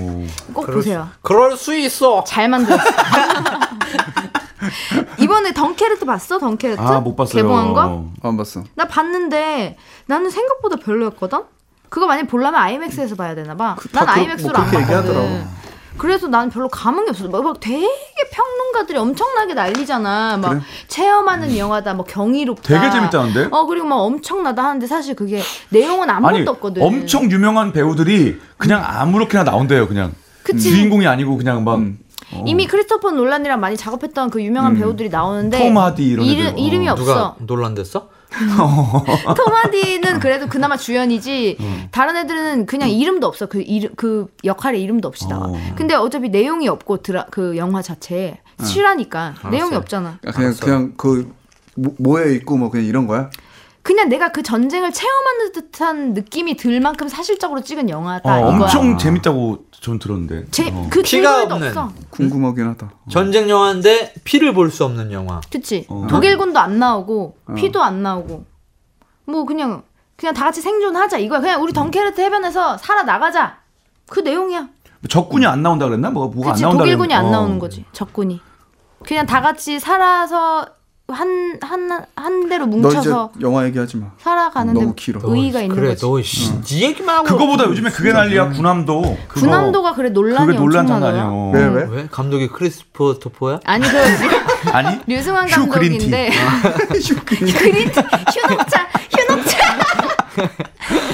[SPEAKER 3] 꼭 보세요
[SPEAKER 5] 그럴 수 있어
[SPEAKER 3] 잘 만들었어 이번에 덩케르트 봤어 덩케르트
[SPEAKER 4] 아 못 봤어요.
[SPEAKER 3] 개봉한 거
[SPEAKER 4] 어.
[SPEAKER 2] 안 봤어.
[SPEAKER 3] 나 봤는데 나는 생각보다 별로였거든. 그거 만약 보려면 아이맥스에서 봐야 되나 봐.
[SPEAKER 2] 그,
[SPEAKER 3] 난
[SPEAKER 2] 다 그-
[SPEAKER 3] 아이맥스로
[SPEAKER 2] 뭐
[SPEAKER 3] 안
[SPEAKER 2] 그렇게
[SPEAKER 3] 봤거든.
[SPEAKER 2] 얘기하더라고.
[SPEAKER 3] 그래서 난 별로 감흥이 없어. 막, 막 되게 평론가들이 엄청나게 난리잖아. 막
[SPEAKER 2] 그래?
[SPEAKER 3] 체험하는 영화다, 뭐 경이롭다.
[SPEAKER 4] 되게 재밌다는데?
[SPEAKER 3] 어 그리고 막 엄청나다 하는데 사실 그게 내용은 아무것도
[SPEAKER 4] 아니
[SPEAKER 3] 없거든.
[SPEAKER 4] 엄청 유명한 배우들이 그냥 아무렇게나 나온대요 그냥
[SPEAKER 3] 그치. 음.
[SPEAKER 4] 주인공이 아니고 그냥 막
[SPEAKER 3] 이미 크리스토퍼 논란이랑 많이 작업했던 그 유명한 배우들이 나오는데
[SPEAKER 4] 톰 하디 이런
[SPEAKER 3] 이름,
[SPEAKER 4] 애들.
[SPEAKER 3] 이름이
[SPEAKER 4] 어.
[SPEAKER 3] 없어.
[SPEAKER 5] 누가 논란됐어?
[SPEAKER 3] 토마디는 그래도 그나마 주연이지 다른 애들은 그냥 이름도 없어 그 이름 그 역할의 이름도 없이 나와. 근데 어차피 내용이 없고 드라 그 영화 자체에 실하니까 내용이 없잖아.
[SPEAKER 2] 아, 그냥 그냥 그 모- 모여 있고 뭐 그냥 이런 거야?
[SPEAKER 3] 그냥 내가 그 전쟁을 체험하는 듯한 느낌이 들 만큼 사실적으로 찍은 영화다
[SPEAKER 4] 어,
[SPEAKER 3] 아, 이거야.
[SPEAKER 4] 엄청 재밌다고 전 들었는데
[SPEAKER 3] 제,
[SPEAKER 4] 어.
[SPEAKER 3] 그
[SPEAKER 5] 피가
[SPEAKER 3] 질문도
[SPEAKER 5] 없는.
[SPEAKER 3] 없어.
[SPEAKER 2] 궁금하긴 하다.
[SPEAKER 5] 전쟁 영화인데 피를 볼 수 없는 영화.
[SPEAKER 3] 그치
[SPEAKER 4] 어.
[SPEAKER 3] 독일군도 안 나오고 피도 안 나오고 뭐 그냥 그냥 다 같이 생존하자 이거야. 그냥 우리 덩케르트 해변에서 살아 나가자. 그 내용이야.
[SPEAKER 4] 적군이 안 나온다 그랬나 뭐가 뭐가
[SPEAKER 3] 그치
[SPEAKER 4] 안 나온다
[SPEAKER 3] 독일군이 안
[SPEAKER 4] 그랬나? 어.
[SPEAKER 3] 나오는 거지 적군이 그냥 다 같이 살아서 한 한 한 대로
[SPEAKER 2] 너 이제
[SPEAKER 3] 뭉쳐서
[SPEAKER 2] 영화 얘기하지 마.
[SPEAKER 3] 살아가는데
[SPEAKER 2] 너무 길어.
[SPEAKER 3] 의의가 있는
[SPEAKER 5] 그래,
[SPEAKER 3] 거지
[SPEAKER 5] 너, 씨, 네 얘기만 하고.
[SPEAKER 4] 그거보다 요즘에 그게 난리야 군함도 그거,
[SPEAKER 3] 음. 군함도가 그래 논란이
[SPEAKER 4] 그게 논란 장난 아니야
[SPEAKER 3] 엄청나더라
[SPEAKER 4] 어.
[SPEAKER 2] 왜 왜?
[SPEAKER 5] 왜? 감독이 크리스토퍼야?
[SPEAKER 3] 아니 그
[SPEAKER 4] 아니
[SPEAKER 3] 류승환
[SPEAKER 4] 휴 그린티.
[SPEAKER 3] 감독인데 그린 휴녹차 휴녹차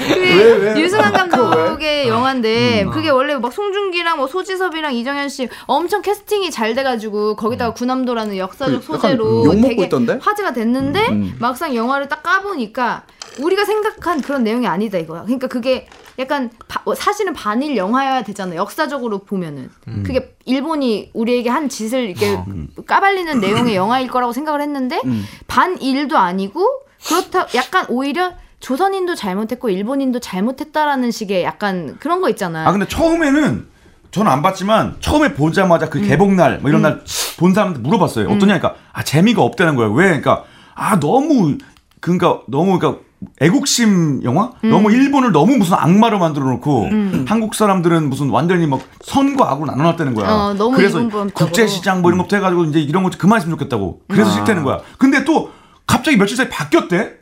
[SPEAKER 2] 왜, 왜?
[SPEAKER 3] 그 유승환 감독의 영화인데
[SPEAKER 5] 음.
[SPEAKER 3] 그게 원래 막 송중기랑 뭐 소지섭이랑 이정현 씨 엄청 캐스팅이 잘 돼가지고 거기다가 군함도라는 역사적
[SPEAKER 2] 그 약간
[SPEAKER 3] 소재로
[SPEAKER 2] 욕먹고
[SPEAKER 3] 되게
[SPEAKER 2] 있던데?
[SPEAKER 3] 화제가 됐는데
[SPEAKER 4] 음,
[SPEAKER 3] 막상 영화를 딱 까보니까 우리가 생각한 그런 내용이 아니다 이거야. 그러니까 그게 약간 바- 어, 사실은 반일 영화여야 되잖아. 역사적으로 보면은
[SPEAKER 4] 음.
[SPEAKER 3] 그게 일본이 우리에게 한 짓을 이렇게
[SPEAKER 4] 어.
[SPEAKER 3] 까발리는 내용의 영화일 거라고 생각을 했는데
[SPEAKER 4] 음.
[SPEAKER 3] 반일도 아니고 그렇다 약간 오히려 조선인도 잘못했고 일본인도 잘못했다라는 식의 약간 그런 거 있잖아.
[SPEAKER 4] 아 근데 처음에는 저는 안 봤지만 처음에 보자마자 그 개봉날
[SPEAKER 3] 음.
[SPEAKER 4] 뭐 이런 날 본 사람한테 물어봤어요. 어떠냐니까 아 재미가 없다는 거예요. 왜? 그러니까 아 너무 그러니까 너무 그러니까 애국심 영화?
[SPEAKER 3] 음.
[SPEAKER 4] 너무 일본을 너무 무슨 악마로 만들어 놓고 한국 사람들은 무슨 완전히 막 선과 악으로 나눠 놨다는 거야.
[SPEAKER 3] 어, 너무
[SPEAKER 4] 그래서
[SPEAKER 3] 일본법적으로. 아.
[SPEAKER 4] 국제 시장 뭐 이런 것부터 해 가지고 이제 이런 거 그만했으면 좋겠다고. 그래서 싫다는 거야. 근데 또 갑자기 며칠 사이 바뀌었대.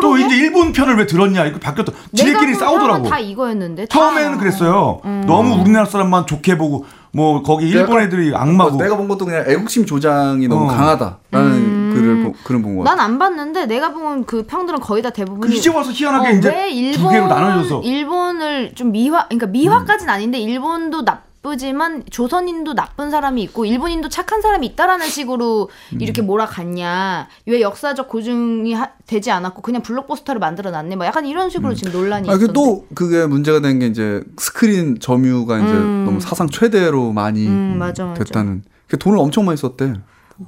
[SPEAKER 4] 또
[SPEAKER 3] 그러게?
[SPEAKER 4] 이제 일본 편을 왜 들었냐 이렇게 바뀌었다.
[SPEAKER 3] 내가
[SPEAKER 4] 지네끼리
[SPEAKER 3] 본
[SPEAKER 4] 싸우더라고.
[SPEAKER 3] 사람은 다 이거였는데 다.
[SPEAKER 4] 처음에는 그랬어요.
[SPEAKER 3] 음.
[SPEAKER 4] 너무 우리나라 사람만 좋게 보고 뭐 거기 일본
[SPEAKER 2] 내가-
[SPEAKER 4] 애들이
[SPEAKER 2] 어,
[SPEAKER 4] 악마고
[SPEAKER 2] 내가 본 것도 그냥 애국심 조장이 너무
[SPEAKER 4] 뭐 어.
[SPEAKER 2] 강하다라는
[SPEAKER 3] 음.
[SPEAKER 2] 글을 보, 글은 본 거야.
[SPEAKER 3] 난 안 봤는데 내가 본 그 평들은 거의 다 대부분이
[SPEAKER 4] 이제 와서 그 희한하게
[SPEAKER 3] 어,
[SPEAKER 4] 이제
[SPEAKER 3] 왜 일본,
[SPEAKER 4] 두 개로 나눠져서
[SPEAKER 3] 일본을 좀 미화 그러니까 미화까지는 아닌데 일본도 나쁘지만 조선인도 나쁜 사람이 있고 일본인도 착한 사람이 있다라는 식으로
[SPEAKER 2] 음.
[SPEAKER 3] 이렇게 몰아갔냐 왜 역사적 고증이 하- 되지 않았고 그냥 블록버스터를 만들어놨네 뭐 약간 이런 식으로 지금 논란이
[SPEAKER 2] 아,
[SPEAKER 3] 있던데
[SPEAKER 2] 그또 그게 문제가 된 게 이제 스크린 점유가 이제 너무 사상 최대로 많이
[SPEAKER 3] 음, 맞아, 맞아.
[SPEAKER 2] 됐다는. 그 돈을 엄청 많이 썼대.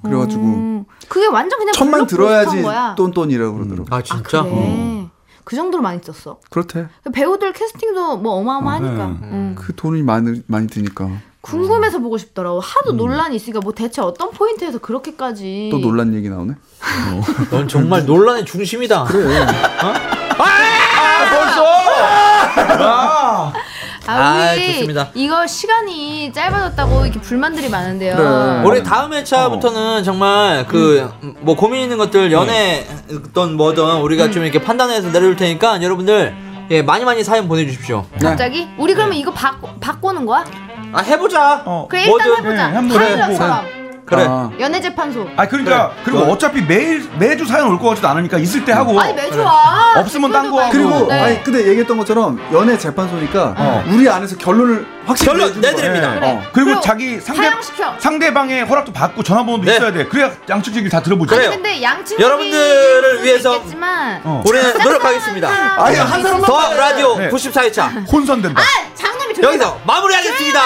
[SPEAKER 2] 그래가지고
[SPEAKER 3] 음, 그게 완전 그냥
[SPEAKER 2] 천만
[SPEAKER 3] 블록버스터인
[SPEAKER 2] 들어야지
[SPEAKER 3] 거야.
[SPEAKER 2] 똔똔이라고 그러더라고.
[SPEAKER 5] 아,
[SPEAKER 3] 아,
[SPEAKER 5] 진짜?
[SPEAKER 3] 그래. 그 정도로 많이 썼어
[SPEAKER 2] 그렇대.
[SPEAKER 3] 배우들 캐스팅도 뭐 어마어마하니까
[SPEAKER 4] 음.
[SPEAKER 3] 음.
[SPEAKER 2] 그 돈이 많이 많이 드니까
[SPEAKER 3] 궁금해서 보고 싶더라고 하도 논란이 있으니까 뭐 대체 어떤 포인트에서 그렇게까지
[SPEAKER 2] 음. 또 논란 얘기 나오네.
[SPEAKER 5] 넌
[SPEAKER 2] 음.
[SPEAKER 5] 정말 논란의 중심이다.
[SPEAKER 3] 아,
[SPEAKER 5] 아,
[SPEAKER 3] 우리
[SPEAKER 5] 좋습니다.
[SPEAKER 3] 이거 시간이 짧아졌다고 이렇게 불만들이 많은데요.
[SPEAKER 2] 그래.
[SPEAKER 5] 우리 다음
[SPEAKER 2] 어.
[SPEAKER 5] 회차부터는 정말 그
[SPEAKER 2] 음.
[SPEAKER 5] 뭐 고민 있는 것들
[SPEAKER 2] 네.
[SPEAKER 5] 연애든 뭐든 우리가
[SPEAKER 2] 음.
[SPEAKER 5] 좀 이렇게 판단해서 내려줄 테니까 여러분들 예 많이 많이 사연 보내주십시오.
[SPEAKER 3] 갑자기 우리 그러면
[SPEAKER 4] 네.
[SPEAKER 3] 이거 바꿔 바꾸는 거야?
[SPEAKER 5] 아 해보자.
[SPEAKER 4] 어.
[SPEAKER 3] 그래 일단
[SPEAKER 5] 뭐든,
[SPEAKER 4] 예,
[SPEAKER 3] 해보자.
[SPEAKER 4] 한번 해보고.
[SPEAKER 3] 타일러처럼
[SPEAKER 5] 그래.
[SPEAKER 2] 아,
[SPEAKER 3] 연애 재판소.
[SPEAKER 4] 아 그러니까
[SPEAKER 2] 네.
[SPEAKER 4] 그리고 어차피 매일 매주 사연 올 것 같지도 않으니까 있을 때 하고
[SPEAKER 3] 아니 매주 와.
[SPEAKER 4] 없으면 딴거 하고.
[SPEAKER 2] 그리고
[SPEAKER 3] 네.
[SPEAKER 2] 아니 근데 얘기했던 것처럼 연애 재판소니까
[SPEAKER 4] 어.
[SPEAKER 2] 우리 안에서 결론을 확실히 내주는
[SPEAKER 5] 결론
[SPEAKER 2] 거야. 네.
[SPEAKER 5] 내드립니다.
[SPEAKER 4] 예.
[SPEAKER 3] 그래.
[SPEAKER 4] 어. 그리고
[SPEAKER 3] 그리고
[SPEAKER 4] 자기 상대
[SPEAKER 3] 사양시켜.
[SPEAKER 4] 상대방의 허락도 받고 전화번호도
[SPEAKER 5] 네.
[SPEAKER 4] 있어야 돼. 그래야 양측 얘기를 다 들어보죠.
[SPEAKER 5] 그래요.
[SPEAKER 3] 근데 양친
[SPEAKER 5] 여러분들을 위해서
[SPEAKER 3] 있겠지만 네,
[SPEAKER 4] 어.
[SPEAKER 5] 우리는 노력하겠습니다.
[SPEAKER 3] 아니
[SPEAKER 2] 한 사람만
[SPEAKER 5] 더 라디오
[SPEAKER 4] 네.
[SPEAKER 5] 94회차
[SPEAKER 4] 혼선된다.
[SPEAKER 3] 아, 장남이 조용히
[SPEAKER 5] 여기서 마무리하겠습니다.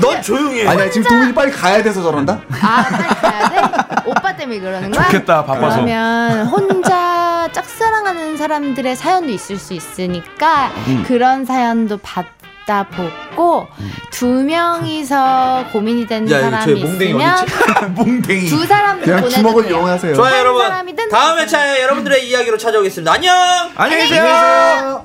[SPEAKER 5] 넌 조용히 해.
[SPEAKER 2] 어. 아니 나 지금 동훈이 빨리 가야 돼서 저런다.
[SPEAKER 3] 아 빨리 가야 돼? 오빠 때문에 그러는 거야?
[SPEAKER 4] 좋겠다 바빠서.
[SPEAKER 6] 그러면 혼자 짝사랑하는 사람들의 사연도 있을 수 있으니까
[SPEAKER 2] 음.
[SPEAKER 6] 그런 사연도 받다 보고 두 명이서 고민이 되는
[SPEAKER 5] 야, 이거
[SPEAKER 6] 사람이
[SPEAKER 5] 저희 몽댕이
[SPEAKER 6] 있으면
[SPEAKER 4] 몽댕이.
[SPEAKER 6] 두 사람을
[SPEAKER 2] 그냥
[SPEAKER 6] 보내도
[SPEAKER 2] 주먹을
[SPEAKER 6] 돼요.
[SPEAKER 2] 이용하세요.
[SPEAKER 5] 좋아요
[SPEAKER 6] 사람이든
[SPEAKER 5] 여러분. 다음 회차에 여러분들의 이야기로 찾아오겠습니다. 안녕.
[SPEAKER 4] 안녕히 계세요.